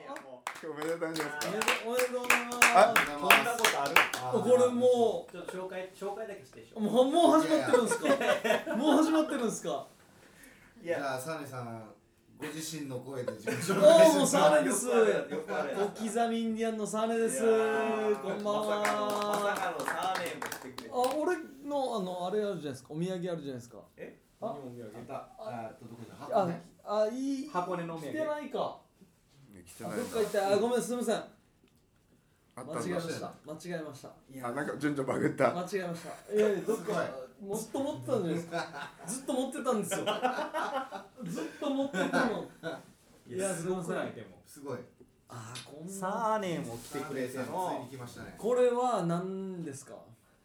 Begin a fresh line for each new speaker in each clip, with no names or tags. おめでとうじゃないですか
おめでとうございます
あ
そんなことある
これも
ちょっと紹介紹介だけしてでし
う
ょ。
もうもう始まってるんですかもう始まってるんですか
い
じ
や、
ゃあサネさんご自身の声で自己
お
紹介
ーもう
して
サーネです
よくあるよくある
小刻みインディアンのサーネです
いやー
こんばん
まさ
は
かのまさかのサーメンもしてくれて。
あ俺のあのあれあるじゃないですかお土産あるじゃないですか
え？
あ
何も見上げ
ま
た
たあとどこじゃ
あ
箱ね
あいい来
箱根のお土
て
産。
ないか
来て
ど
な
っ
い
か行ったあごめんすみません
あった
間違え
ん
ま
だ
した間違えました
い
あ
や
なんか順序バグった
間違えましたええどっか
す
もっと持ってたんじゃないですかずっと持ってたんですよずっと持ってたのいやすいません
でも。
すごい
あーこん
サ
な
ーネンも来てくれて
サネさんつい
の
に。来ましたね
これは何ですか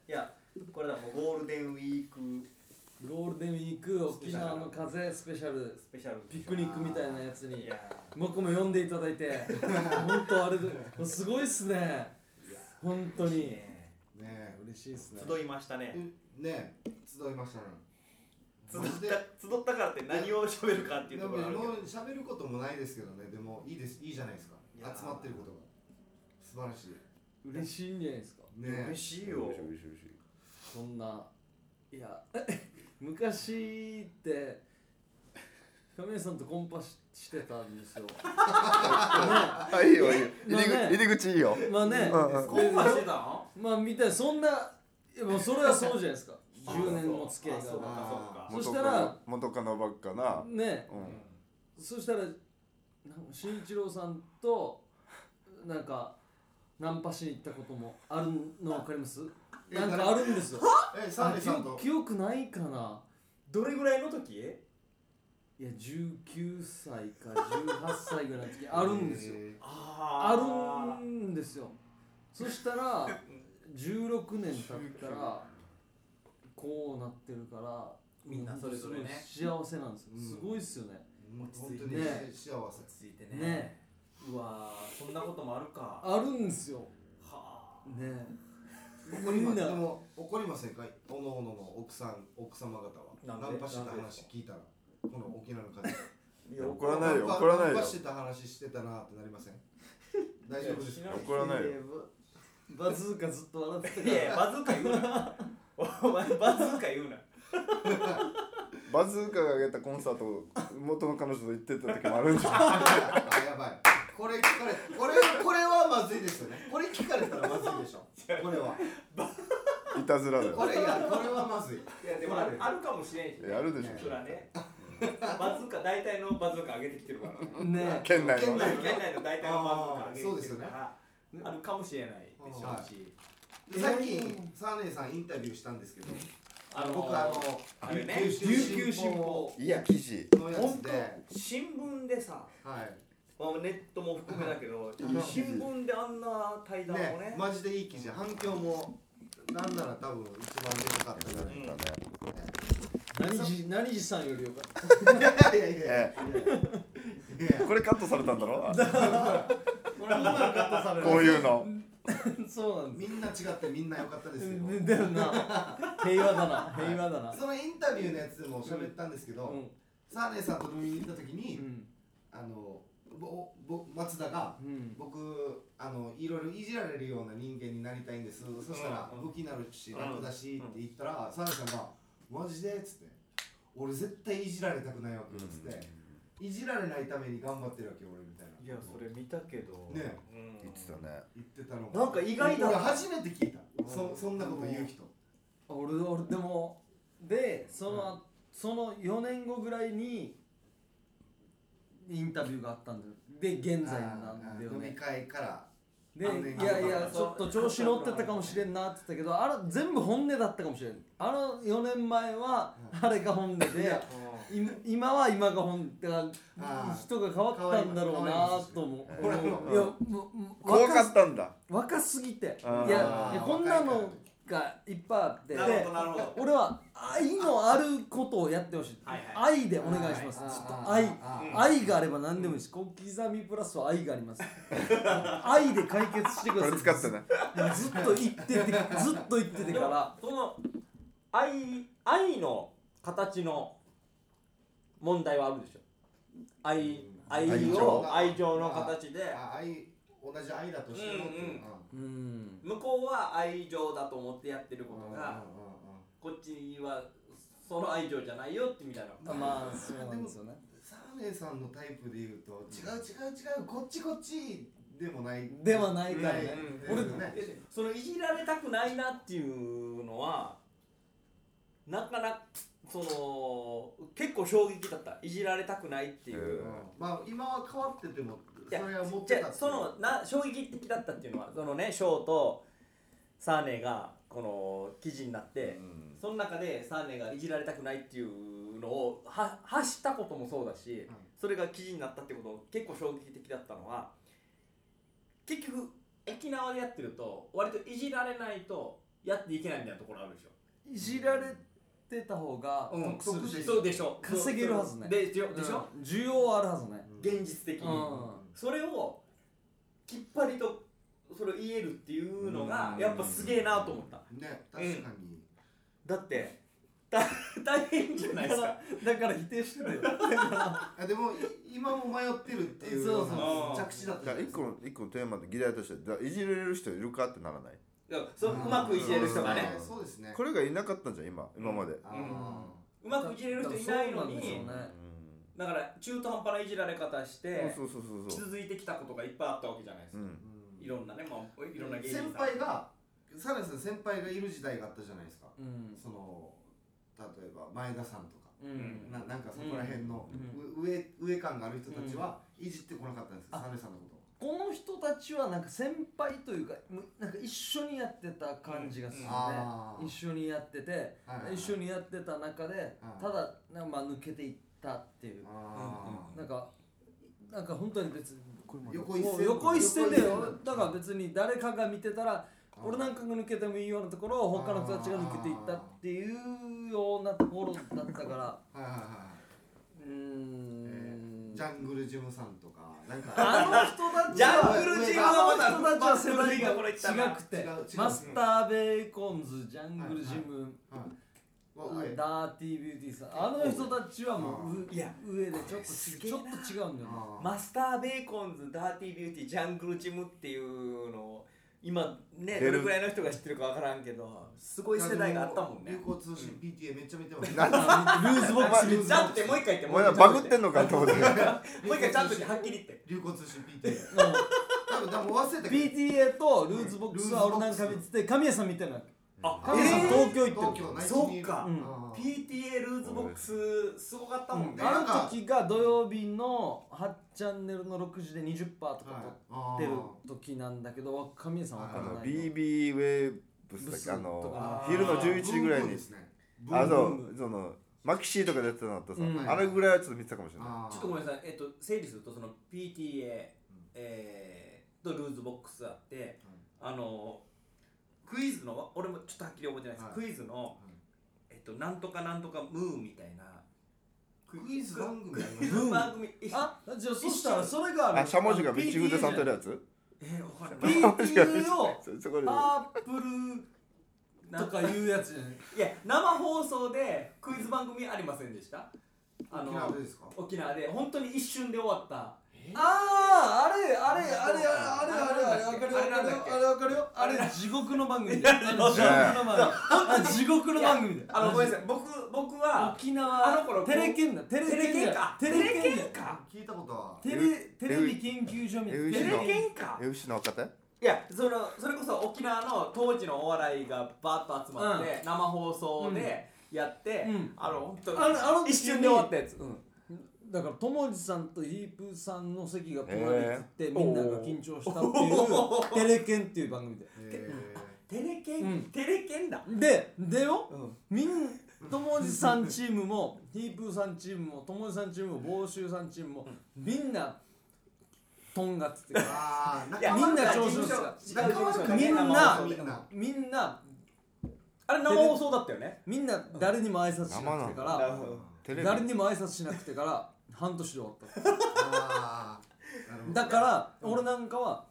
いや、これだもうゴールデンウィーク
ゴールデンウィーク沖縄の風スペシャル
スペシャル。
ピクニックみたいなやつ
い
に
や
僕も呼んでいただいて本当あれですごいっすね本当
ー、いい
に
ね
ね
嬉しいっすね
集いました
え
ね。
うねえ集いましたね
集った集ったからって何を喋るかっていう
で
とこ
も
ろがあるけど。
喋ることもないですけどねでもいいですいいじゃないですか
いやー
集まってることが素晴らし
嬉しいんじゃないですか
いね
嬉しいよ。
そんないや 昔って亀井さんとコンパししてたんですよまあ
あいいよいいよ入
まあね
り口 入り口いいよ
ねまあね
うんうん
コンパしてたの？
まあみたいなそんないやもうそれはそうじゃない ですか
あ
10年の付き合い
あそうか
が
そうか。
そ
元
し
カ
たら
ノ元カノばっかな
ね
うん
そしたらなんか慎一郎さんとなんかナンパしに行ったこともあるの分かります
え
なんかあるんですよ
えサーネさん
あ
と
記憶記憶ないかな
どれぐらいの時？
いや19歳か18歳ぐらいの時あるんですよ
え
あー
あるんですよそしたら16年経ったらこうなってるから
みんなそれぞれね
すごい幸せなんですよ、
うん
すごいっすよね
ーもう本当
落ち着いて
に
ね
幸せ
ついて
ね
うわーそんなこともあるかは
あるんですよ
あ
ね
怒りま
みんな
でも怒りませんかおのおのの奥さん奥様方
な
は
んで
ナンパしてた
なんでです
話聞いたらこの沖縄の方
い
や怒らないよ
ナンパ
怒らないよ
ナンパしてた話してたなってなりません 大丈夫ですか
怒らないよ
バズーカずっと笑ってた
いやいやバズーカ言うなお前バズーカ言うな
バズーカが挙げたコンサート元の彼女と行ってた時もあるんじゃない
あやばいこれ聞かれこれこれはまずいですよねこれ聞かれたらまずいでしょこれはい
たずらだ
こ
よ
れいやこれはまずい
いやでもあるあるかもしれんし
やるでし
そらねバズーカ大体のバズーカ上げてきてるからね
ねね
ょ県内の
県内
県内の大体のバズーカ上げてきてるから
そうですよね
あるかもしれないでしょうし
でさっきサーネさんインタビューしたんですけど
あの
僕あの
あれね
琉球新報
いや記事
のや
本
つ
当
で
新聞でさ
はい
まあネットも含めだけど
ん
新聞であんな対談をね
ねマジでいい記事反響もなんなら多分一番でかかったんじゃない
だね
何時何時さんよりよかった
いやいやいやいや
ええこれカットされたんだ ろ
これ今カットされる
こういうの
そうなんで
みんな違ってみんな良かったです
す
け
よ
ど
ねだよな平和だな平和だな
そのインタビューのやつでも喋ったんですけど、
うん
サーネさんと飲みに行った時に、
うん
あのぼぼ松田が
うん
僕あのいろいろいじられるような人間になりたいんですそしたら
うん
武器になるし
うん
楽だしって言ったらサーネさんが「マジで?」っつって「俺絶対いじられたくないわけ」っつって、いじられないために頑張ってるわけ俺みたいない
いやそれ見たけど
ね
うん
言ってたね
言ってたのが
なんか意外だ
俺
な
初めて聞いた、そそんなこと言う人
俺俺でもでその、その4年後ぐらいにインタビューがあったんだよで現在なんだよ
あー飲み
ね
会から
で
何年
い
後
やいや
あ
ちょっと調子乗ってたかもしれんなって言ったけどあれ全部本音だったかもしれんあの4年前はあれが本音でい今は今が本音だから
あー
人が変わったんだろうなと思う
変わりましたね
うんいやもうもう
怖かったんだ
若すぎてい
あ
や
ー
いやこんなのがいっぱいあって
なるほ
で
どなるほど
俺は愛のあることをやってほしい
はい
愛でお願いしますちょっと愛
ー
愛があれば何でもいいし小刻みプラスは愛があります 愛で解決してく
こ
だ
れ
さい
使ってね
ずっと言っててずっと言っててから
その愛愛の形の問題はあるでしょ愛愛
愛情
を愛情の形で
あ愛同じ愛だとしてもっていうか
うん
向こうは愛情だと思ってやってることが
うんうんうんうん
こっちはその愛情じゃないよってみたいな
あまあそうなんですよね
サーネさんのタイプで言うと違う違う違うこっちこっちでもない
ではないから
な
ね
い
俺
ですよね
でそのいじられたくないなっていうのはなかなかその結構衝撃だったいじられたくないっていう
うんん
まあ今は変わってても
いや
それは持って
じ
た
ゃあ
っていう
そのな衝撃的だったっていうのはそのねショーとサーネがこの記事になって、
うん
その中でサーネがいじられたくないっていうのをは発したこともそうだし、
ん
それが記事になったってこと結構衝撃的だったのは結局沖縄でやってると割といじられないとやっていけないみたいなところあるでしょ
いじられてた方が
うん
得するし
得
そうでしょ
稼げるはずね
でしょでしょ、
うん需要はあるはずね
現実的に、
うん
それをきっぱりとそれを言えるっていうのが
うん
やっぱすげえなと思った
ね確かに
だ ってだ大変じゃないですか
だから否定してるよ
あでもい今も迷ってるっていう
そうそう
ような着地だった
じゃあ一個の一個のテーマで議題としてだいじれる人いるかってならない
いやそううまくいじれる人がね
うんそうですね
これがいなかったんじゃん今今まで、
あ
うまくいじれる人いないのに
そうなんですよね
うん
だから中途半端ないじられ方して
そうそうそうそうそう
続いてきたことがいっぱいあったわけじゃないです
う
か、
ん
ー
いろんなね、まあ、いろんな芸人さん
先輩がサラさん先輩がいる時代があったじゃないですか
うん
その例えば前田さんとか
うん
ななんかそこら辺の
う
う上上感がある人たちはいじってこなかったんですよサラさんのこと
この人たちはなんか先輩というかむなんか一緒にやってた感じがするね、
あー
一緒にやってて、
はいはいはい
一緒にやってた中で、
うん
ただなんかまあ抜けていったっていう、
あー
なんかなんか本当に別に
横一線
もう横一線だ
横一
よ
線
だから別に誰かが見てたら
うん
俺なんかが抜けてもいいようなところを他の人たちが抜けていったっていうようなところだったから
はいはいはい、
うーん、
えージャングルジムさんとかなんか
あの人たちは
ジャングルジムはま
あの人た
だ
ちは世代が違くて
違う違う
マスターベーコンズジャングルジム、
はいはい
ダーティービューティーさんあの人たちはもうう
いや
上でちょっと
す
ち
げえ
ち
な
ょっと違うんだよね
あー
マスターベーコンズダーティービューティージャングルジムっていうのを今ね
出
ど
る
れぐらいの人が知ってるかわからんけどすごい世代があったもんね
流行通信 PTA めっちゃ見てます。
なんだ
ルーズボックス
だってもう一回言って
お
もう
前
一
ら
回
バグってんのかって思って
もう一回ちゃんとはっきり言って
流行通信 PTA。
う
多分多分忘れた
ん
けど。
PTA とルーズボックスは俺なんか見てて神谷さん見てない
あ
神谷さん東京行ってる、
東京内地に
そ
い
っ
る
か
う、ん
あー
PTA ルーズボックスすごかったもんね、
う
あ
なんか
の時が土曜日の8チャンネルの6時で20%とか
はい
取ってる時なんだけど神谷さんわか
あ
らない
の
な
BB ウェーブスだっけあ
ブスとか
の
あ
ー
昼の
あー
11時ぐらい
ブーム
に
ですね
あ
ブ
そ
ーム
うそのマキシーとかでやってたのあったさ、
うん
あれぐらいはちょっと見てたかもしれない
あー
ちょっとごめんなさい、えっと、整理するとその PTA、えーとルーズボックスあって、あのクイズの俺もちょっとはっきり覚えてないです、
はい
クイズの、
うん
えっと、なんとかなんとかムーみたいな
クイズ番組あり
ク
ま
イ
す
ズ番 組
あじゃあそしたらそれがあ
あ
る
しゃもじが道腕さんとやるやつ
えー、わかんない
PTA を
そそこで
パープ ルとかいうやつじゃない
いや生放送でクイズ番組ありませんでしたあ
沖縄
の
でですか
沖縄で本当に一瞬で終わった
あああれあれあれあれあれあれあれわかるよ
あれなんだっけ
あれわかるよあれ地獄の番組だよあれ地獄の番組あ地獄の番組だよ
あのごめんなさい僕僕は
沖縄
あの頃
テレケンだテレ
テレ
ケ
ケ
ン
ン
だ
か
テレケンだよ
聞いたことは
テレテレビ研究所みたいな
え
テレ
テレ
ケンか
FC の若手
いやそのそれこそ沖縄の当時のお笑いがバーッと集まって、生放送でやって、
うん
あの本当に
あのあの時に
一瞬で終わったやつ、うん
だから友治さんとヒープーさんの席が隣に移って
ー
みんなが緊張したっていうテレケンっていう番組で
え
テレケン、
うん
テレケンだ、
ででよ
うん、
みん友治さんチームもヒープーさんチームも友治さんチームも房州さんチームもみんなとんがってて
ーあー
いや
仲
み
間
んな
違
調
う
子
事
乗
務
って
所
た
違う事務所だ
み
ね
んな
生放送で
みんな
みんな
あれ生放送だったよね
みんな誰にも挨拶しなくてか
な
ら
るほど
テレビ
誰にも挨拶しなくてから半年で終わった
あーなるほど
だから俺なんかは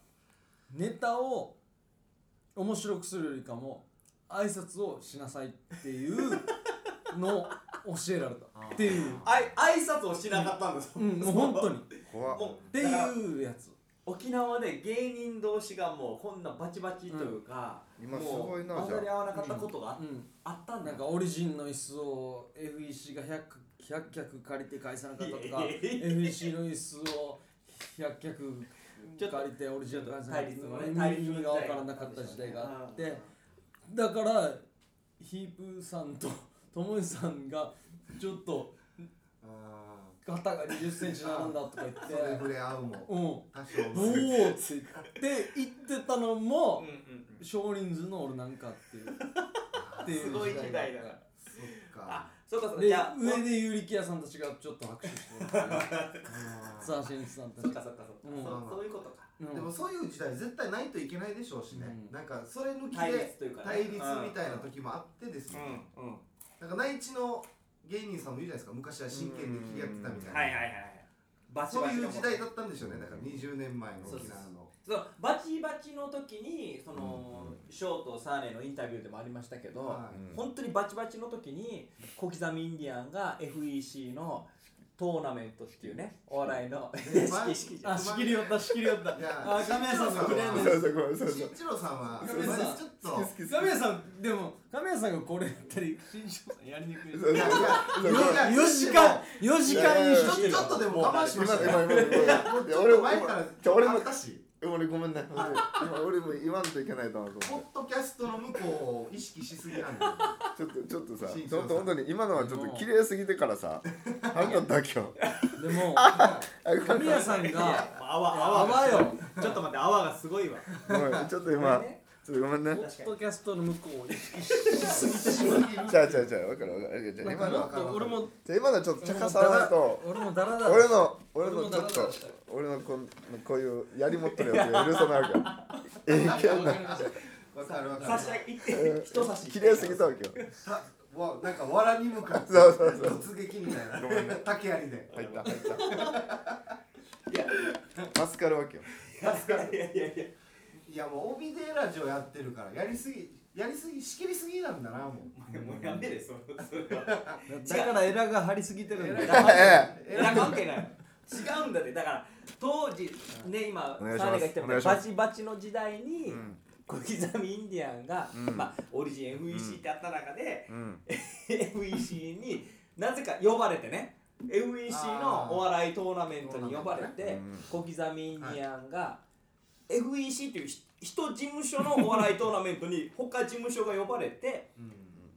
ネタを面白くするよりかも挨拶をしなさいっていうのを教えられたっていう、
あい挨拶をしなかったんです、
うん、もう本当にっ
怖って
いうやつ
沖縄で芸人同士がもうこんなバチバチというか、
今す
も
ご
う
いな
混
じゃ
ざり
あ
合わなかったことがあ,、
うん、
あったんだ
なんかオリジンの椅子を FEC が 100, 100脚借りて返さなかったとか
いやいやい
FEC の椅子を100脚
ちょっと
借りてオリジンと返さなかっ
対立の
た
ね
とか
対
意
立の
味
時代
が分からなかった時代があってだからヒープさんと ともえさんがちょっと
あ
肩が2 0ンチなんだとか言って
ーそれ触れ合うも
うんお
多少
おーって言って言ってたの
うん
も
うんうん
少人数の俺なんかっていうっていう
すごい時代だ
が
な
そっか
あそうかそうか
で
じゃあ
上でユリキヤさんたちがちょっと拍手してるっていう
あー
さあしんいちさんた
そ
ち
っか
が
そっかそっか、
うん
そうそういうことか
うん
でもそういう時代絶対ないといけないでしょうしね、
うん
なんかそれ抜き
対
で
立というか、ね、
対立みたいな時もあってです
う
ね、
んうんは
なんか内地の芸人さんもいるじゃないですか昔は真剣に切り合ってたみたい
い
な、
はいはいはいバチ
そう
バチ
い
の
う時代だったんでしょうねだから20年前の
そうそ
沖
うそう
縄の
そうバチバチの時にその、
うん
ショートサーネのインタビューでもありましたけど、
はい
うん
本当にバチバチの時に小刻みインディアンが FEC のトーナメントっていうねお笑いの
ねまあ
式式じゃん
あ仕切り寄った仕切り寄った
いや
あ亀井さんのクレーム
ご
です
めんなさいごめんなさい
慎一郎さんは
亀井さん
まあちょっと
好き好き好
亀谷さんでも亀谷さんがこれやったり新庄さんやりにくい
きそうそう
いやいやいや
4時間4時間
い
優
やいやいや
勝してる
ちょっとでも我慢しました
今今今今
いや俺前から
じゃあ俺も
あったし
俺ごめんね本当に今俺も言わんといけないとなと思って
ポッドキャストの向こうを意識しすぎなんで
ちょっとちょっとさ
新庄
ちょ
さん
っと本当に今のはちょっと綺麗すぎてからさあんた妥協
でも
あごめ
神
ん
谷さんが
泡泡
泡よ
ちょっと待って泡がすごいわ
ごめんちょっと今ちょっとごめんね
ポッドキャストの向こうを意識しすぎてしまう
じゃあじゃあじゃあ分かる分かるじゃあ
も
今の
っと俺も
じゃあ今のちょっと茶化さないと
俺もダラダラ
俺の俺の
俺も
ち
ダ
ょっ
ラ
と
ダラしたよ
俺のこんこういうやり持ってるやつが許さないわけよええけんな
わかるわかる
差し上げ人差し
綺麗すぎたわけよ
たわなんか藁に向かって
そうそうそう
突撃みたいな
ごめんね
竹槍で
入った入ったマスカるわけよ
いやいやいや
いやもう帯でラジオやってるからやりすぎやりすぎ仕切りすぎなんだなもう
もうやめれそれそれは
だからエラが張りすぎてる んだよ
え
いや関係ない違うんだってだから当時ね今
お願いし
サー
ます
ネが言ったみたい
お願い
に
しま
バ
す
チバチの時代に
うん
小刻みインディアンが、
うん
まあ、オリジン FEC ってあった中で、
うん
FEC になぜか呼ばれてね FEC
あー
のお笑いトーナメントに呼ばれて
ト
小刻みインディアンが、FEC というひ一事務所 のお笑いトーナメントに他事務所が呼ばれて
うん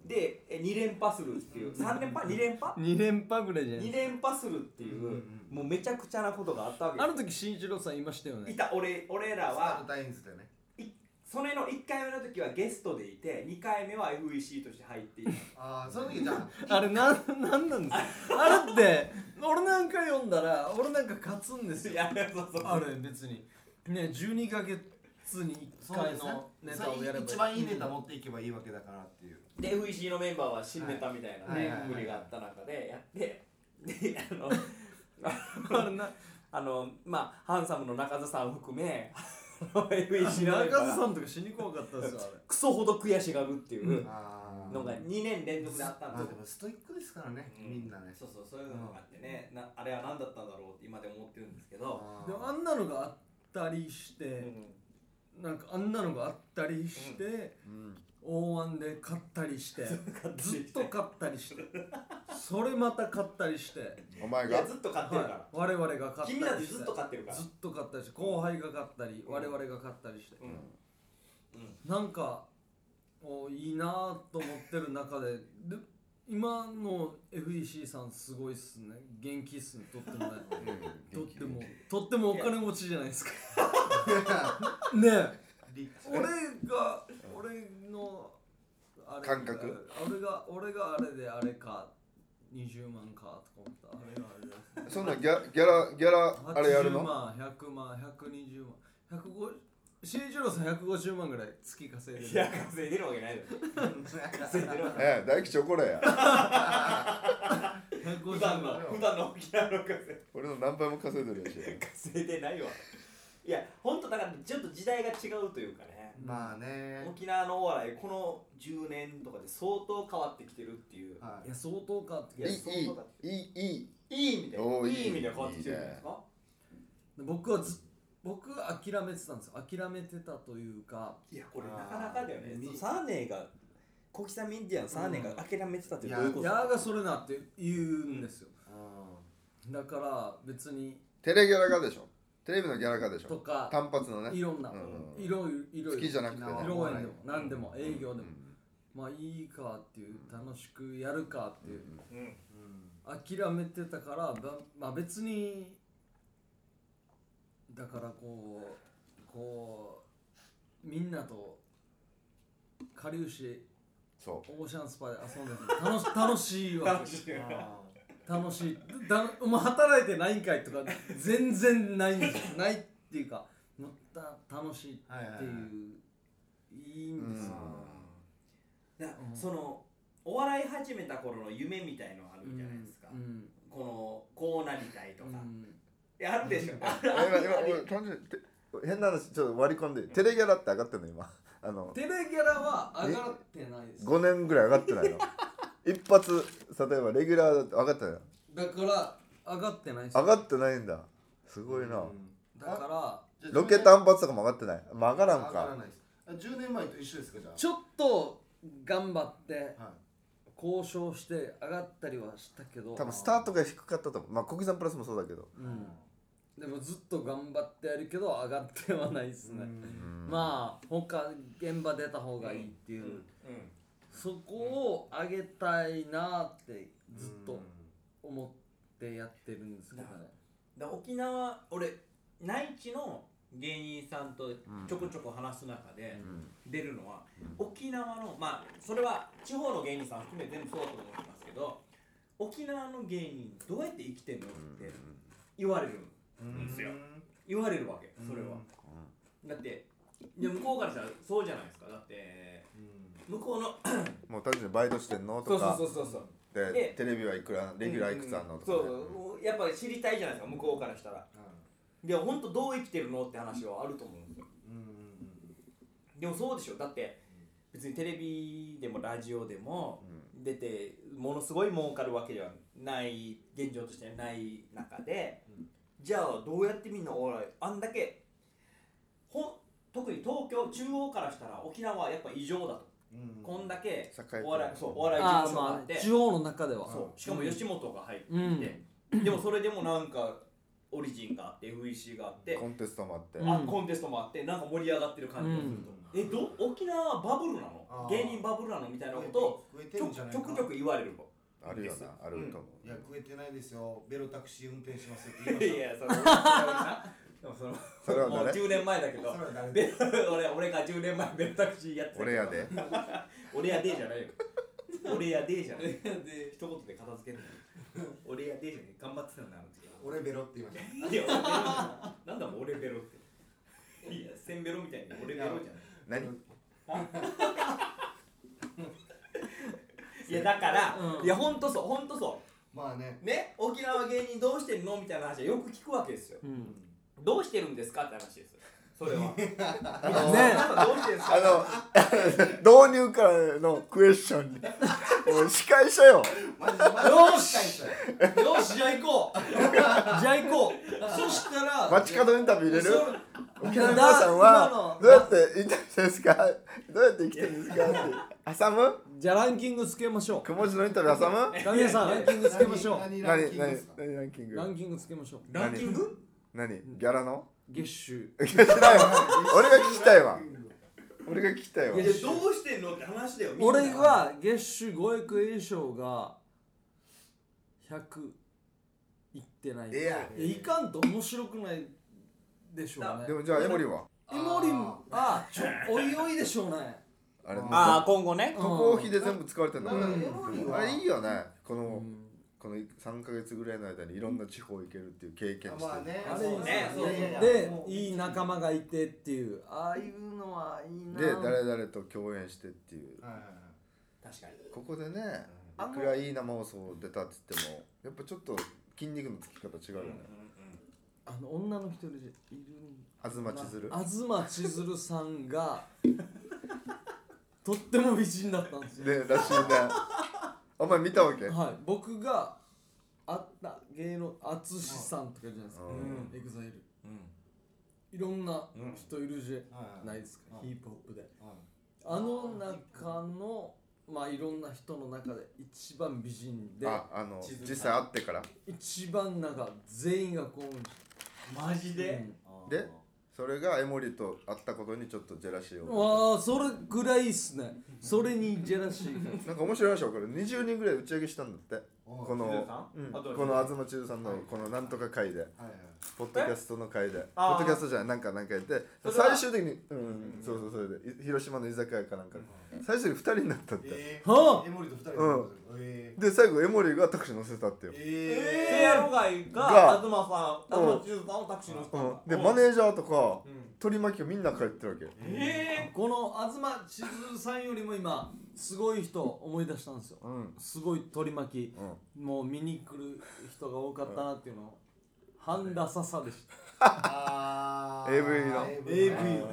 で2連覇するっていう3連覇2連覇
2連覇ぐらいじゃない
2連覇するっていう、
うんうんうん
もうめちゃくちゃなことがあったわけ
あ
よ
の時新一郎さんいましたよ
い
ね
た俺俺ら
スター
は
トタイムズでね
それの1回目の時はゲストでいて2回目は FEC として入ってい た
ああその時じゃあ
あれなんなんなんですかあれって俺なんか読んだら俺なんか勝つんです
い
よ
やそうそう
あれ別にね12ヶ月に1回のネタをやれば
一番いいネタ持っていけばいいわけだからっていう
で FEC のメンバーは新ネタみたいな
はい
ね
はいはいはい
無理があった中でやってであの
あれな
あのまあハンサムの中津さんを含めあの FEC のメンバ
中
ー
津さ
が
んとか死に怖かったですよあれ
クソほど悔しがるっていう
あ
のが2年連続であったん
ま
だ
あでもストイックですからね、
うん
みんなね
そうそうそういうのがあってねなあれは何だったんだろうって今でも思ってるんですけど
あー
でもあんなのがあったりして、なんかあんなのがあったりして、大腕で勝ったりしてずっと勝ったりしてそれまた勝ったりして、
お前
いや
が
ずっと勝ってるから
はい我々が勝ったりして
君だってずっと勝ってるから
ずっと勝ったりして後輩が勝ったり
ん
我々が勝ったりして、
うん
なんかおいいなと思ってる中でで今の FEC さんすごいっすね元気っすねとっても ねとってもとってもお金持ちじゃないですかねえ
リ
俺が俺のあれ
感覚
俺が俺があれであれか20万かとか思ったあれがあれです
そんなギャギャラギャラあれやる
80
の
万100万120万150新一郎さん150万ぐらい月稼いで
い
る
や稼いでるわけないだろ稼いでるわけない
ええ大吉怒れや
150
普段の
万
普段の沖縄の稼い
俺の何倍も稼いでるやし
稼いでないわいや本当だからちょっと時代が違うというかね
まあね
沖縄のお笑いこの10年とかで相当変わってきてるっていう
はい
や相当かって
い
い
や
い
そうそうだ
いいいいいい
いい意味で
おー
いい
いい
意味で変わってきてるんですか
僕はずっ僕諦めてたんですよ諦めてたというか
いやこれなかなかだよね
そうサーネーが小木さんミンディアンサーネーが諦めてたってどういうこ
「
と
やーがそれな」って言うんですよ、
あ
だから別に
テレギャラがでしょテレビのギャラがでし
と
ょ
か
単発の
い
ね
ろんな、
うん
いろいろいろ
好きじゃなくてね
い
披
ろ
露宴
い
でも何でも営業でも、
うん
まあいいかっていう楽しくやるかっていう、
うん
うん
諦めてたからばまあ別にだからこうこうみんなとかりゆし
そ
オーシャンスパで遊んでて楽し楽しいわ
楽
け
しいよ
あ
楽しいだだお前働いてないんかいとか全然ないんです よないっていうか乗った楽しいっ
ーはいはいは
て
い
いういいんですよ、
だ
うん
そのお笑い始めた頃の夢みたいのあるじゃないですか、
うん
このこうなりたいと
う
か、
ん
いやあるでしょあ
う
るあ
今
る
今
ある
俺単純にて変な話ちょっと割り込んでいいテレギャラって上がってんの今あの
テレギャラは上がってないです
5年ぐらい上がってないの一発例えばレギュラーだって上がってないの
だから上がってないです
上がってないんだすごいな、
うん
だから
じゃあ
ロケ単発とかも上がってないまあ上がらん
上がら
か
ないですあ10年前と一緒ですかじゃ
ちょっと頑張って
あはい
交渉して上がったりはしたけど
多分スタートが低かったと思うまあ小木さんプラスもそうだけど、
うん、でもずっと頑張ってやるけど上がってはないですね、
うん
まあ他現場出た方がいいっていう、
うん
そこを上げたいなってずっと思ってやってるんですけどね、
だ沖縄俺内地の芸人さんとちょこちょこ話す中で
ん
出るのは、沖縄のまあそれは地方の芸人さん含め全部そうだと思いますけど沖縄の芸人どうやって生きてんのって言われるんですよ言われるわけそれは、だってで向こうからしたらそうじゃないですかだって向こうの
もう単純にバイトしてんのとか
うそうそう
で
で
テレビはいくらレギュラーいくつあんのとか、ね
うんうんうんそうそうやっぱり知りたいじゃないですか向こうからしたらで本当どう生きてるのって話はあると思うんですよでもそうでしょだって別にテレビでもラジオでも出てものすごい儲かるわけではない現状としてはない中で、
うん
じゃあどうやってみんなお笑いあんだけほん特に東京中央からしたら沖縄はやっぱ異常だと、こんだけ
栄えてる
お笑いそうお笑い事
ああ
務所があ
ま
っ
あ
て
地方の中では
そうしかも吉本が入って
うん
きて、でもそれでもなんかオリジンがあって FEC があって、
コンテストもあって、
うん
あコンテストもあってなんか盛り上がってる感じがすると、えど沖縄はバブルな
あ
の
ー
芸人バブルなのみたいなことを
増えて
ちょ
んじゃない
ちょくちょく言われるの
あるよなあると思
いや
う、
食えてないですよベロタクシー運転しますよ
いやいやそれそれはでもその
それは
もう
誰
10年前だけど
それは誰
で俺俺が10年前ベルタクシーやってたけど
俺やで
俺やでじゃないよ俺やでじゃないで一言で片付ける俺やでじゃない頑張ってたんだあの時は
俺ベロって言いました
いや、俺ベロじゃないなんだもん俺ベロって。いや、せんべろみたいに俺ベロじゃな
何
い。いや、だから、
うん
いや、ほんとそう、ほんとそ
まあね
う。ね、沖縄芸人どうしてるのみたいな話はよく聞くわけですよ。
うん
どうしてるんですかって話ですよ。それは。ねどうしてるんですか
あの導入からのクエスチョンにもう司会者よ
マジでマジで
よし
近い人や
よしじゃあ行こうじゃあ行こうそしたら
街角インタビュー入れる沖縄の皆さんは
だ
どうやってインタビューしてるんですかどうやって生きてるんですかって挟む
じゃあランキングつけましょ
くも字のインタビュー挟む
う神谷さんランキングつけましょう
何何ランキ
何
ン
何
グですか
何ランキング
ランキングつけましょう
ランキング
何ギャラの
月収
知らんわ俺が聞きたいわ俺が聞きたいわ
いや、どうしてんのって話だよ。みんな
俺、は月収5億円以上が100いってない
いや
いかんと面白くないでしょうね
でもじゃあエモリンは
エモリンあちょおいおいでしょうね
あれ
ああ、今後ね。
渡航費で全部使われてんの
なんか
うん
エモリンは
あれいいよねこ
う
の
ん
この3か月ぐらいの間にいろんな地方行けるっていう経験して
まあね
あれ
そう
ねそう
いやいやいや
で
もう
いい仲間がいてっていうああいうのはいいな
で誰々と共演してっていう
はいはいはい
確かに。
ここでね
あん
い
ま
くらいい生放送出たっつってもやっぱちょっと筋肉のつき方違うよね
あの女の一人でいるん
東千鶴
東千鶴さんがとっても美人だったんですよ、
でらしいねお前見たわけ
はい僕が会った芸能淳さんとかいるじゃないですか、
うん
エグザイル
うん
いろんな
うん
人いるじゃないですか、ヒップホップであの中のまあいろんな人の中で一番美人で
ああの
地図
実際会ってから
一番なんか全員がこ
マジ
う、
で、
んでそれがエモリと会ったことにちょっとジェラシー
うん
を
わあそれぐらいっすねそれにジェラシーが
なんか面白い話分かる20人ぐらい打ち上げしたんだってこ
の
の
さ
うん
んあと
この東千鶴さんのこのなんとか会で
はいはい
ポッドキャストの会でポ
あー
ッドキャストじゃないなんかなんかやって
それは
最終的にうんうんそうそうそれでい広島の居酒屋かなんか最終的に2人になったって
えー
は
エモリと二人でえ
で最後エモリがタクシー乗せたってよ
ー
せ
え
いやろがい
が
が東さん
うん
東中さんをタクシーの人
うんでマネージャーとか
うん
取り巻きがみんな帰ってるわけ
ー
え
あこの東千鶴さんよりも今すごい人思い出したんですよ
うんうん
すごい取り巻きもう見に来る人が多かったなっていうのを半田笹でした
あー
AV の
AV はい
AV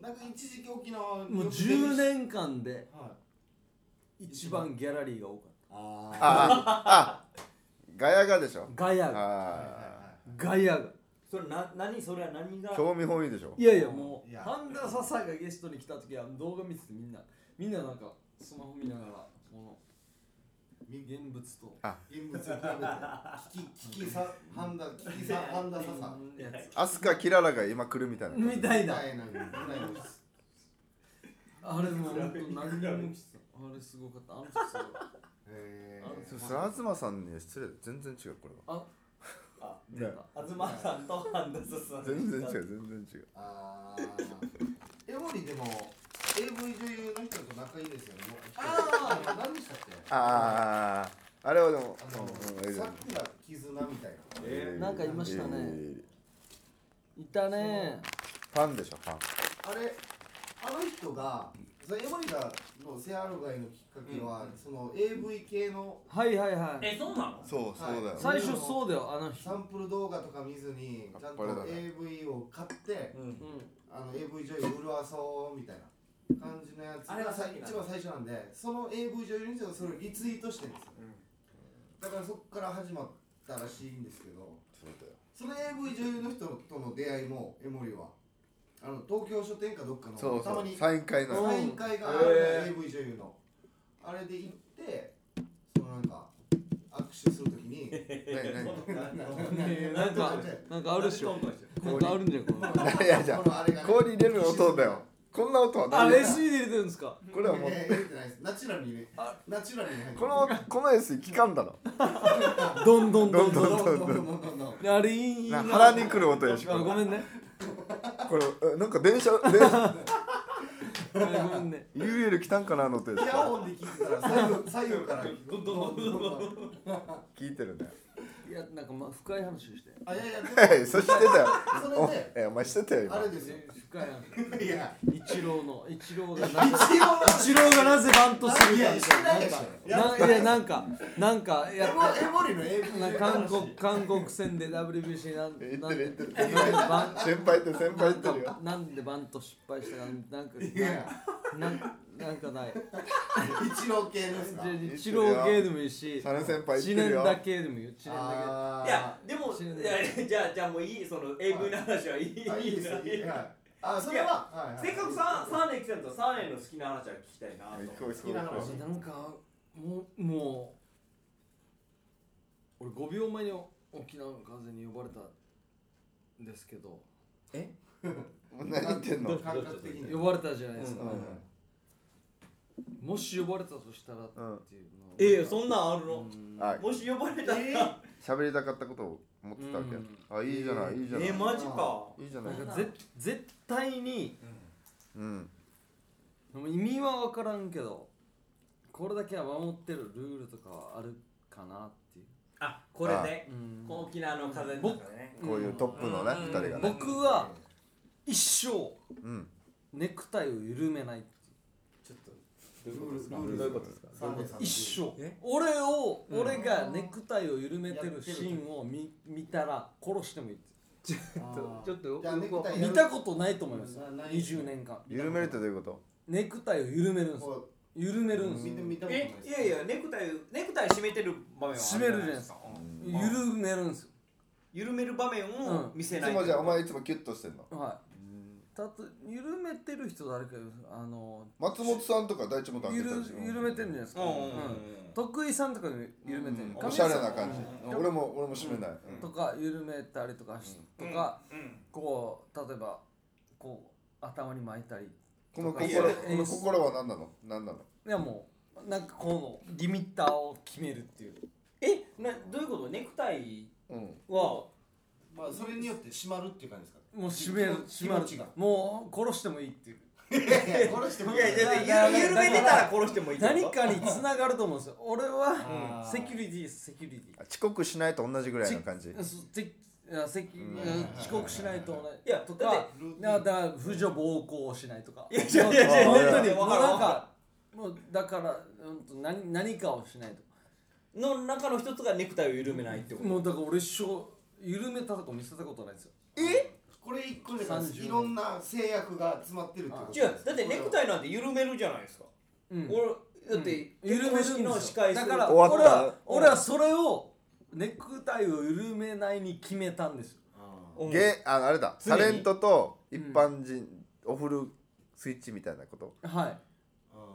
なんか一時期沖縄
もう10年間で
はい
一番ギャラリーが多かっ
あ
ああガヤガでしょ
たガヤが
あ
ガヤが
それな何それは何が
あ興味本位でしょ
いやいやも
いうや
半田笹がゲストに来た時は動画見ててみんなみんななんかスマホ見ながらこの現物と
現物を比べて聞き聞きさ判断聞きさ判断ささ
やつ
アスカキララが今来るみたいな
みたい
み
な
たいなみたいな
あれもう本当何にも来てたあれすごかったあの人すごい
え
そうそれ東さんには失礼だ全然違うこれは
あ
あ
ね
東さんと半田さん
全然違う全然違う
あーエモリでも AV 女優の人と仲いいんですよね
あ
あ何でしたっけ
あああれはでも
あのさくら絆みたいな
えー
なんかいましたね
え
いたね
ーパンでしょパン
あれあの人がザ・エモリがのセアロガイのきっかけは、その AV 系の
はいはいはい
えそうなの
そう
はい
そうだよ
最初そうだよあの人
サンプル動画とか見ずにちゃんと
あっぱれだ
AV を買って
うん
う
あの AV 女優を潤そうみたいな感じのやつ
あれが
さ
先なの
一番最初なんでその AV 女優の人がそれをリツイートしてるんですよ、だからそっから始まったらしいんですけど
そうだよ
その AV 女優の人との出会いもエモリはあの東京書店かどっかの
そう
たま
そ
に
うサイン会なの
サイン会があるの、AV 女優のあれで行ってそのなんか握手するとき に
何何
ん なんかなんかあるでしょなんかあるんじゃんこの
いやじゃ
このあれがね
氷入れる音だよこんな音は
あ
何
レシーで入れてるんですか
これはもう
えー入れてないですナチュラルにねナチュラルに入って
このこの S 聞かんだろ
どんどんどんどん
どんどんどんどんどんどん
あれいいいい
な
な
腹に来る音やし
あ
こ
ごめんね
れこれえなんか電車電車
ごめんね
UL 来たんかなの音や
イ
し
ヤホンで聞いてたら左右左右からどんどんどんどん
聞いてるね
いやなんかまあ深い話をして
あいやいや
はい そしてたよ
それ
お
で
えお前してたよ
あ
今
れですよ
深い
いや
話一郎の一郎がなぜ
一応
一郎がなぜバントするかみ
いやしてないでしょ
たいななんかなんいやなんかなんかや
エ
っ
モエモリの AV
なんか韓国韓国戦で WBC なん
言
な
っ
んで
てる言って
なんで
る
バン
先輩って先輩言ってるよ
なんでバント失敗したかなんか
いや
なんなんかない
一郎系ですか
一郎系でもいいし
サネ先輩
知
言って
念
るよ
だけでもいいよ知念だ
あー
いやでも
知らない
いやじゃあじゃあもういいその AV の話はいい
あいいですよいい
せ
はいあそれははいはい
っかくさサーネ来たんだったらサーネの好きな話は聞きたいなと思って
行こう行こう行こう
好
けなんかもうもう俺5秒前に沖縄の風に呼ばれたんですけど
もう何言ってんの
感覚的に
呼ばれたじゃないですか、
う
もし呼ばれたとしたらっ
んうん
ていうのを
ええそんなんあるの
うん
あ
もし呼ばれたら
え
え
喋りたかったことを持ってたわけ
うん
あいいじゃないいいじゃないい
ーマジか
いじゃな
ないんかぜ絶対に
うん
でも意味は分からんけどこれだけは守ってるルールとかはあるかなっていう、
あこれね
うん
こう沖縄の風の中でね
こういうトップのね
うん
二人がね
僕は一生
うん
ネクタイを緩めない
ちょっと
ルール
どういうことですか
一生
え
俺を
うん
俺がネクタイを緩めてるシーンを見見たら殺してもいいって
ち
ょっと
じゃあネクタイ
見たことないと思います
なない
20年間
緩めるってどういうこ
ネクタイを緩めるんですよ
こ
緩め
う
るんです
見
よ
て見たことない
えいやいやネクタイネクタイ締めてる場面はある
締めるじゃないです
か
と
緩めるんですよ
緩める場面を見せ
い
ない、
つもじゃあお前いつもキュッとしてんの
はいたと緩めてる人誰かいるあの
松本さんとか大地元あ
ゆ
げた
る
り
緩めてるんじゃないで
う
すか、
んうんうん
徳井さんとか緩めてる、
うん
おしゃれな
神谷
感じ
うん
俺も俺も締めない
うん
さんとか緩めたりとかし、
うん
とか
うん
こう例えばこう頭に巻いたり
この
い
心
や
こ
演
の
出
心は何なの何なの
いやもうなんかこのリミッターを決めるっていう
えなどういうことネクタイ
うん
は
まあそれによって締まるっていう感じですか
もう締める
気
締
持
まる
気持ちが
もう殺してもいいっていう
いやこれしてもいい
いやいや
ゆ緩めてたら殺してもいいってこと
何かにつながると思うんですよ俺は
あー
セキュリティですセキュリティ
あ遅刻しないと同じぐらいの感じ
そせいやせき
うん
遅刻しないとね
いや
と
だっ
か
ルーティン
なだから婦女暴行をしないとか
いやいやいや
いや
本当
い
に
や
も
わ
う
かる
なん
わか
かもうだからうんと何何かをしないと
の中の一つがネクタイを緩めないってこと
もうだから俺一生緩めたとこ見せたことないんですよ
これ一個でなんです
30
いろんな制約が詰まってるってこと
違うだってネクタイなんて緩めるじゃないですか、
うん
俺だって
緩
結
め
婚
る
式
ん
の
です
司
よ
会
だ
する
から
終
俺
わった
は俺はそれをネクタイを緩めないに決めたんですよ
うん
ゲーああれだ
常
タ
に
レントと一般人オフルスイッチみたいなこと
はい、ま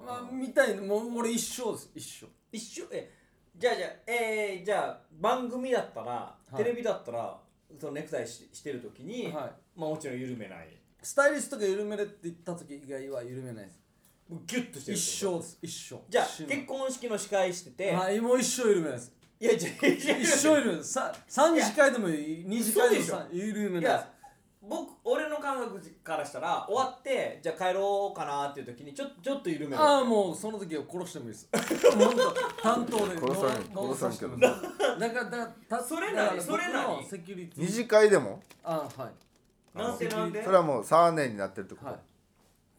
あ
あ、
みたいなもう俺一生です一
一緒えじゃあじゃあえー、じゃあ番組だったら、
い
テレビだったらそのネクタイししてる時に、
生はい
まあもちろん緩めない
スタイリストが緩めるって言った時以外は緩めないです
もうギュッとしてるってこと
一生です一生
じゃあ
死ぬ
結婚式の司会してて、
はいもう一生緩めないです
い、やじゃあいや
一生緩めないさ三次会でもいい二次会でも
嘘
さ
い
緩めないです
や僕俺の感覚からしたら終わってじゃあ帰ろうかなっていう時にちょちょっと緩める
ああもうその時は殺してもいいです本当担当で
殺さん
もうもう
殺さんけど
だからだた
それ何
だから
それ何
僕のセキュリテ
二
ィ
次会でも
ああはい
なんでなんで
それはもうサーネになってるってこ
はい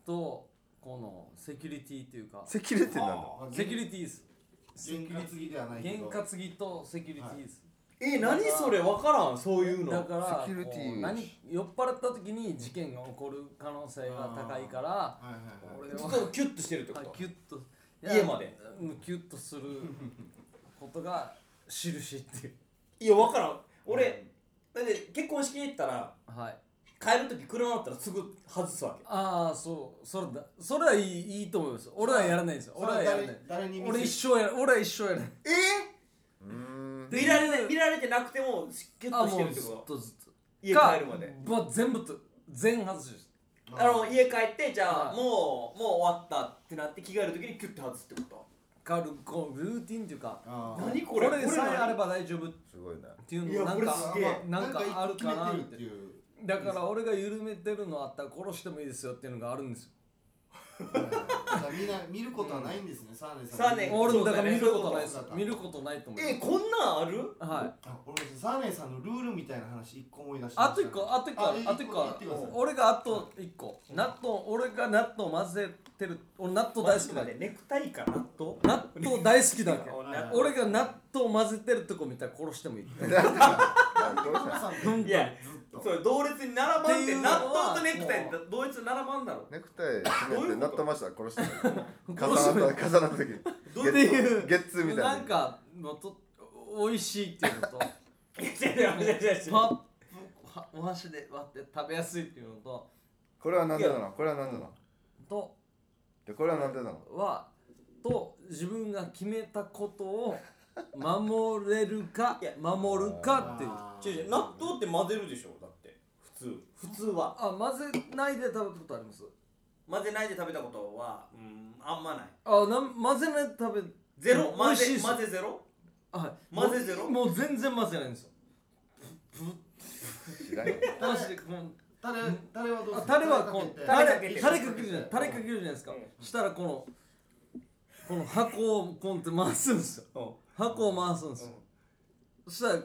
と、
とこのセキュリティというか
セキュリティなんだ
セキュリティです
験担ぎではないけ
験
ど
担ぎとセキュリティです、
え何それ分からんそういうの
だから
セキュリティ
こう何酔っ払った時に事件が起こる可能性が高いから
はいはいはい
俺
ず
は
っとキュッとしてるってこ
あ
と
キュッと
家まで
うんキュッとすることが印っていう
いや分からん俺、だって結婚式行ったら
はい
帰る時車だったらすぐ外すわけ
ああそうそれだそれはいいいいと思います俺はやらないんですよ
そ
俺
れは
はやらない
誰誰に見せ
俺一生やら俺は一生やらない
うーん
見られない見られてなくてもキュッ
あ
として
も
るっ
う
て
ずっ
こと
ずっと
家
か
帰るまで
ま全部と全外しです
あの家帰ってじゃあ、
はい
もうもう終わったってなって着替える時にキュッと外すってこ
かるこうルーティンっていうか
あー
何これ
これさえ
何
あれば大丈夫っ
すごいな
ていう
いや
のなん
これ
か
す
あ
げえ
まあ
なんかあるかな
な
っ
ん
て
一個決めてるっていう
だから俺が緩めてるのあったら殺してもいいですよっていうのがあるんですよ
はいはいみんな見ることはないんですね、サーネさん。
サーネ
俺もだから見るこ
そ
と
うだね
ないです見ることないと思
と
う
えこんなんある
はい
あ俺サーネさんのルールみたいな話一個思い出した
あと一個あと一個あるあと一個ある俺があと一個納豆俺が納豆混ぜてる俺納豆大好き
待って
だ
待ってネクタイか納豆
納豆大好きだけ
俺納豆
俺が納豆混ぜてるとこ見たら殺してもいいって
どうした
本当
いや
と
それ同列に並ばんっ
ってい
て
うの
納
は
豆とネクタイ同列に並ばんだろ
ネクタイ締めてなったましたら殺して重
殺してもいい
なった重なった時に
ど
ゲ
っていう
ッゲッツーみたい
な
なん
かもうと美味しいっていうのと
いやいやいやいやいや
パッはお箸で割って食べやすいっていうのと
これは何でなのこれは何でなの
と
でこれは何でなの
はと自分が決めたことを守れるか
いや
守るかっていう
違う違う納豆って混ぜるでしょだって普通普通は
あ混ぜないで食べたことあります
混ぜないで食べたことはうんあんまない
あなん混ぜないで食べ
ゼロ
うん
混
美味しい
ぜ
っす
混ぜゼロ
はい
混ぜゼロ
もうもう全然混ぜないんですよ
知らんよ
マジでこの
タレタレはどうす
あ
る
タレはこうタ
タレ
レ
か
タ
け
レ
て
かけるじゃないタレかけるじゃないですか
う
したらこのこの箱をこうやって回すんですよ箱を回すんですよ、そしたら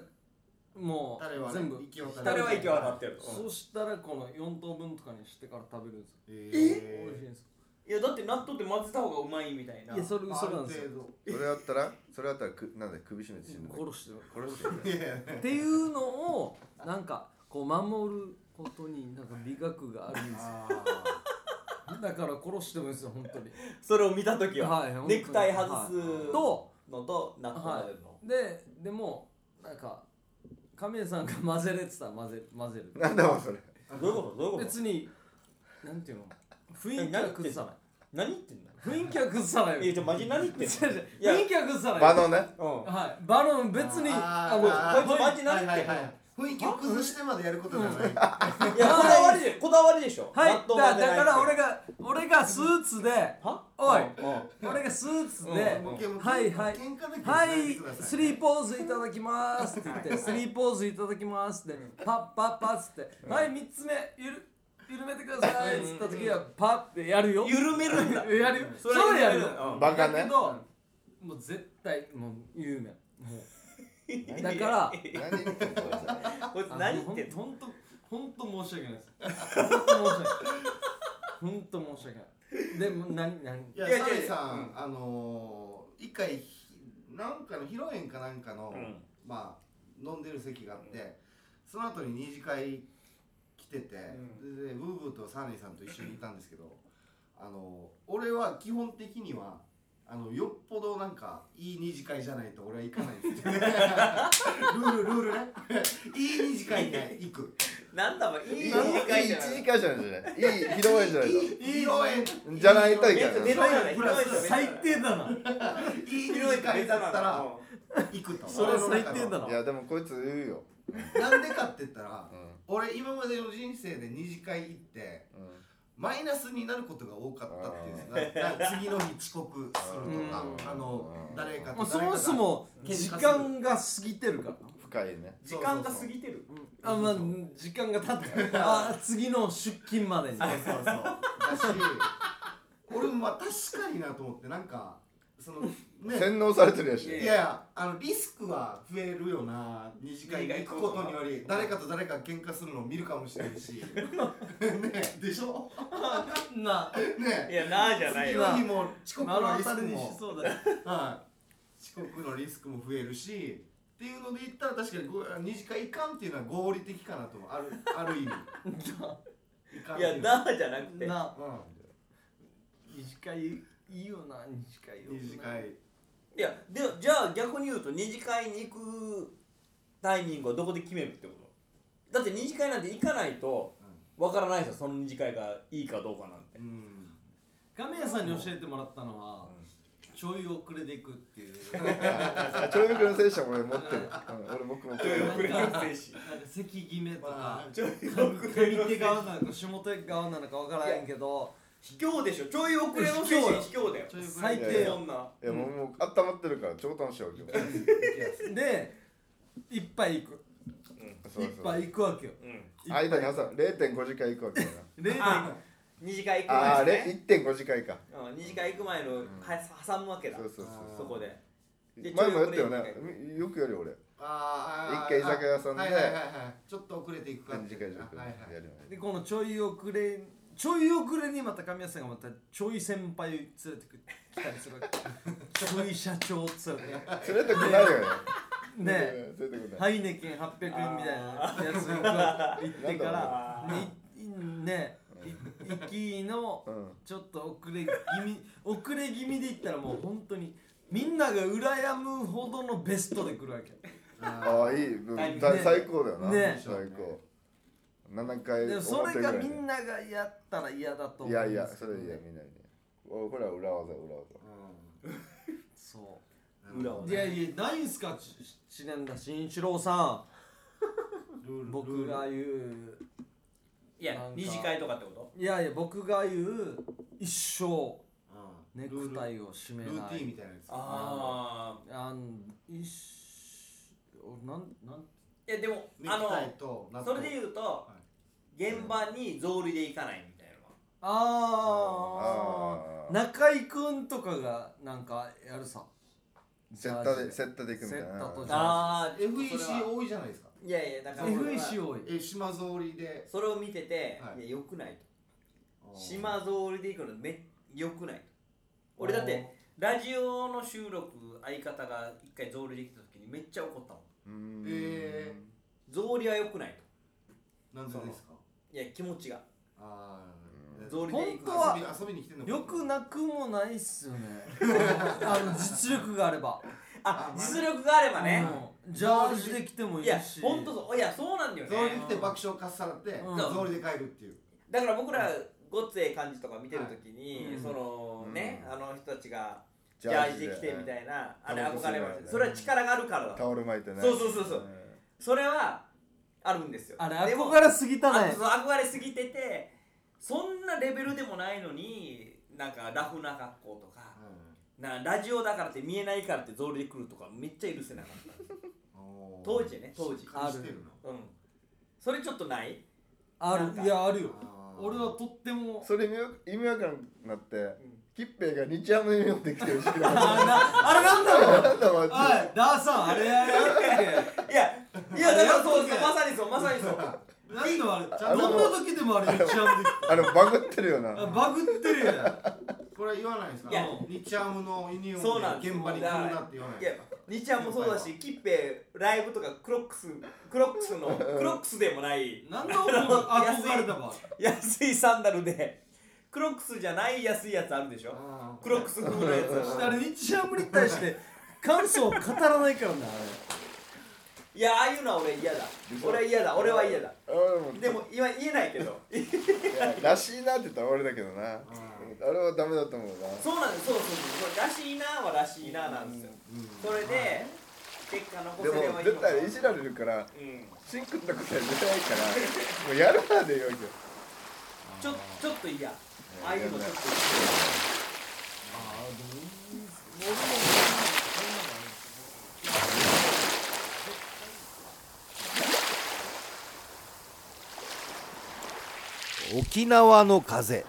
も
タレは
う
ね
全部
行き渡る
タレは息は当たってる
そしたらこの4等分とかにしてから食べるんですよ美味しい
え
んですよ
いやだって納豆って混ぜた方がうまいみたいない
やそれ
ー
それなんですよ
それやったらそれやったらくなんだ首絞めて死ぬ
殺してる
殺して
いやいや
っていうのをなんかこう守ることになんか美学があるんですよ
あー
だから殺してもいいですよ本当に
それを見た時は
はい本当に
ネクタイ外す
と
のと納豆混ぜるの
ででもなんか神谷さんが混ぜれてたら混ぜ混ぜる
なんだわそれ
どういうことどういうこと
別になんていうの雰囲気は崩さない
何言ってんの
雰囲気は崩さない
いや
よ
じゃあマジ何言 ってんのいや
雰囲気は崩さない
場のね
うん
はいバロン別に
あー
あごめん
あー
こいつマジな
はいはいはい雰囲気を崩してまでやることじゃな
い
い
やこだわりでこだわりでしょ
はい
納豆
だ
混ぜない
だから俺が俺がスーツで
は
おい
うんうん
俺がスーツで、
うん
もうけん
はいはい
喧嘩で
はい、スリー
プ
ポーズいただきますって言って、スリーポーズいただきますって、パッパッパッつって、はい、3つ目、ゆる、緩めてくださいっつった時は、パッってやるよ。
緩めるんだ
やるよ。そ
それ
れやるよ。
バカ
だ
ね
けど、もう絶対、もう有名。もうだから、
何言ってんのそれ
こいつ何言ってんの
本当本当申し訳ないです。 本当申し訳ない。本当申し訳ない。でも、何、何
いや
いやいや
サイさんあのー一回ひなんかの披露宴かなんかの
うん
まあ飲んでる席があってその後に二次会来ててでブーブーとサーネイさんと一緒にいたんですけどあのー俺は基本的にはあのよっぽどなんかいい二次会じゃないと俺は行かないんですよルールルールねいい二次会に行く
なんだお前いい
いい
飲み会じゃ
一
ない
時間じゃないいい披露宴じゃない
いい披露宴
じゃないとい
め
け
っちゃ
ない
寝ろじゃない広いじゃない
最低だな。
いい広い会だったら行くと
それ最低だ
い
な。
やでもこいつ言うよ
なんでかって言ったら
うん
俺今までの人生で二次会行って
う
マイナスになることが多かったっていうんですなな次の日遅刻するとか
うん
あの
うん
誰かと誰か
も
が
うそもそも
喧嘩す
時
る
間が過ぎてるから。
ん深いね
時間が過ぎてる
あまあ時間が経ったあー次の出勤までに
そうそうそうだし俺もまあ確かになと思ってなんかそのね
洗脳されてるやし
い
いやいやあのリスクは増えるよな二次会に行くことにより誰かと誰か喧嘩するのを見るかもしれ ないしねでしょ
ない
ね
いやなあじゃない
次
よ
の日も遅刻
目の
のリ
当
ス
た
ク
りに
も
しそうだよ
はい、遅刻のリスクも増えるしっていうので言ったら確かにご二次会いかんっていうのは合理的かなと思うあるある意味いかんっ
い
ていう
や
のは
なあじゃなくて
な
う
短いいいよな短いよ
ん、二次会
いやでじゃあ逆に言うと二次会に行くタイミングはどこで決めるってことだって二次会なんて行かないとわからないですよその二次会がいいかどうかなんて
うん
亀屋さんに教えてもらったのはちょい遅れでいくって いう
ちょい遅れの精神は俺持ってるうん俺僕も
遅れの
精
なんか席決めとか
まあ
ちょい
上手側なのか下手側なのかわからへんけど
卑怯でしょちょい遅れの精神卑怯だよ
ちょい遅
最
れ
いやい
低
や
そんない
やもうもう温まってるから超楽しいわけよ
で一杯行く
そう
一
そう
杯行くわけよ
うん
間に挟む0.5次会行くわけよな
0.5
あ二次会行く
ああ
前ですね
れ1.5次会か
うん二次会行く前のは挟むわけだ
そうそう
あー
そこで
そ
で
う前もやったよ
ちょい遅
ねよくやるよ俺
あーあー
一回居酒屋さんで
はいはいはいはい、ちょっと遅れていく感
何
じ
次会じゃな
あはいはい
やるよね
でこのちょい遅れちょい遅れにまた神谷さんがまたちょい先輩連れてく来たりするわけちょい社長連れて
連れてくないよね
ねえ
連れてくない
ハイネケン800円みたいなやつが行ってか
なん
ら
あ
ねいいねえ行きの
うん
ちょっと遅れ気味 遅れ気味で行ったらもう本当にみんなが羨むほどのベストで来るわけ
あ
あ
あいい、
タイミング
だ
ね
最高だよな、
ね
最高7回
でもそれ
表
が
ぐらい
み
ね
んながやったら嫌だと思うん
いやいや
ですけ
そ
ど
れ
ね
いやみんなにねおこれは裏技裏技
そう
ー裏を
いやいや、ないんすか、ち知念田慎一郎さん。僕が言う。
いや二次会とかってこと
いやいや、僕が言う。一生。ネクタ
イ
イを締め
ルールルー
な
ティンみ
い。
たいなやつ
あ
あん、一生。なん、なん。
あいやでも
ネ
あ
クタイ
の
と納
そ
豆
れで言うと、
は
現場に草履で行かないみたいなのは
あ
あ
あ。
ー
中井くんとかが、なんかやるさ。
セッタでセッタでいくみたいな
セッタとジャージ
あ
FEC 多いじゃないですか
いやいやだから
FEC 多い。
え島草履で
それを見てて、
はい
い、やよくないと島草履で行くのめよくないと俺だっ
あ
てラジオの収録相方が一回草履で来た時にめっちゃ怒ったもん
うーん
え
草履はよくない
なんでですか
といや気持ちが
ああ
草履で行
本
く
当は
遊び遊びに来てんの か
よくなくもないっすよね。あのあの実力があれば。
あ実力があればね、
うんジャージで来てもいい
いや
し
本当そういやそうなんだよ
草履
ね
来て爆笑かっさらって
うん
草履で帰るっていう
だから僕らごっつええ感じとか見てるときに、
はい
そのね、
うん
あの人たちがジ
ジ
ャージで来てみ
い
たいな、あれ
タバ
憧
コ吸いな
れ
が
ま
ら
し
ね
たそれは力があるからだ
タオル巻いてね
そうそうそうそうそれはあるんですよ
あれ
でも
憧れすぎた
あ
ね
そう憧れすぎててそんなレベルでもないのになんかラフな格好とかなラジオだからって見えないからってゾールで来るとかめっちゃ許せなかった当時ね当時
ある
うんそれちょっとない
あ
なんか
るいやあるよ俺はとっても
それ意味わ意味わからんくなってキッペイが日ハムに読んできてるしな
あれなあれなんだろう
なんだマジ
おいダーさんあれやる
い
っ
やいやだからそうそう
やっと
まさにそうまさにそう
け何のあれ
ゃんと
どんな時でもあれ一番で
あれバグってるよ
あ
な
バグってるやん
これ言わないんですか
いや
ニチャムのユニオン
そうなんです
現場に来るなって言わないん
い
で
や
すか
日ハムもそうだしキッペライブとかクロックスクロックスのクロックスでもない
なんで俺も憧れたば
安いサンダルでクロックスじゃない安いやつあるでしょ
あー
クロックス風のやつ
あれ日ハムに対して感想を語らないからなあ
いやああいうのは俺嫌だ俺は嫌だ俺は嫌だ
俺も
でも今言えないけど
いやらしいなって言ったら俺だけどな
あー
あれはダメだと思うな
そうなんですそうそうそうこれらしいなはらしいななんですよ
うん
それで結果残
で
せ
も
ればいいの
絶
かな
対いじられるから
うん
シンクったことは出ないからもうやるまでよいよ
ちょちょっと嫌ああいうのちょっと
あでも
沖縄の風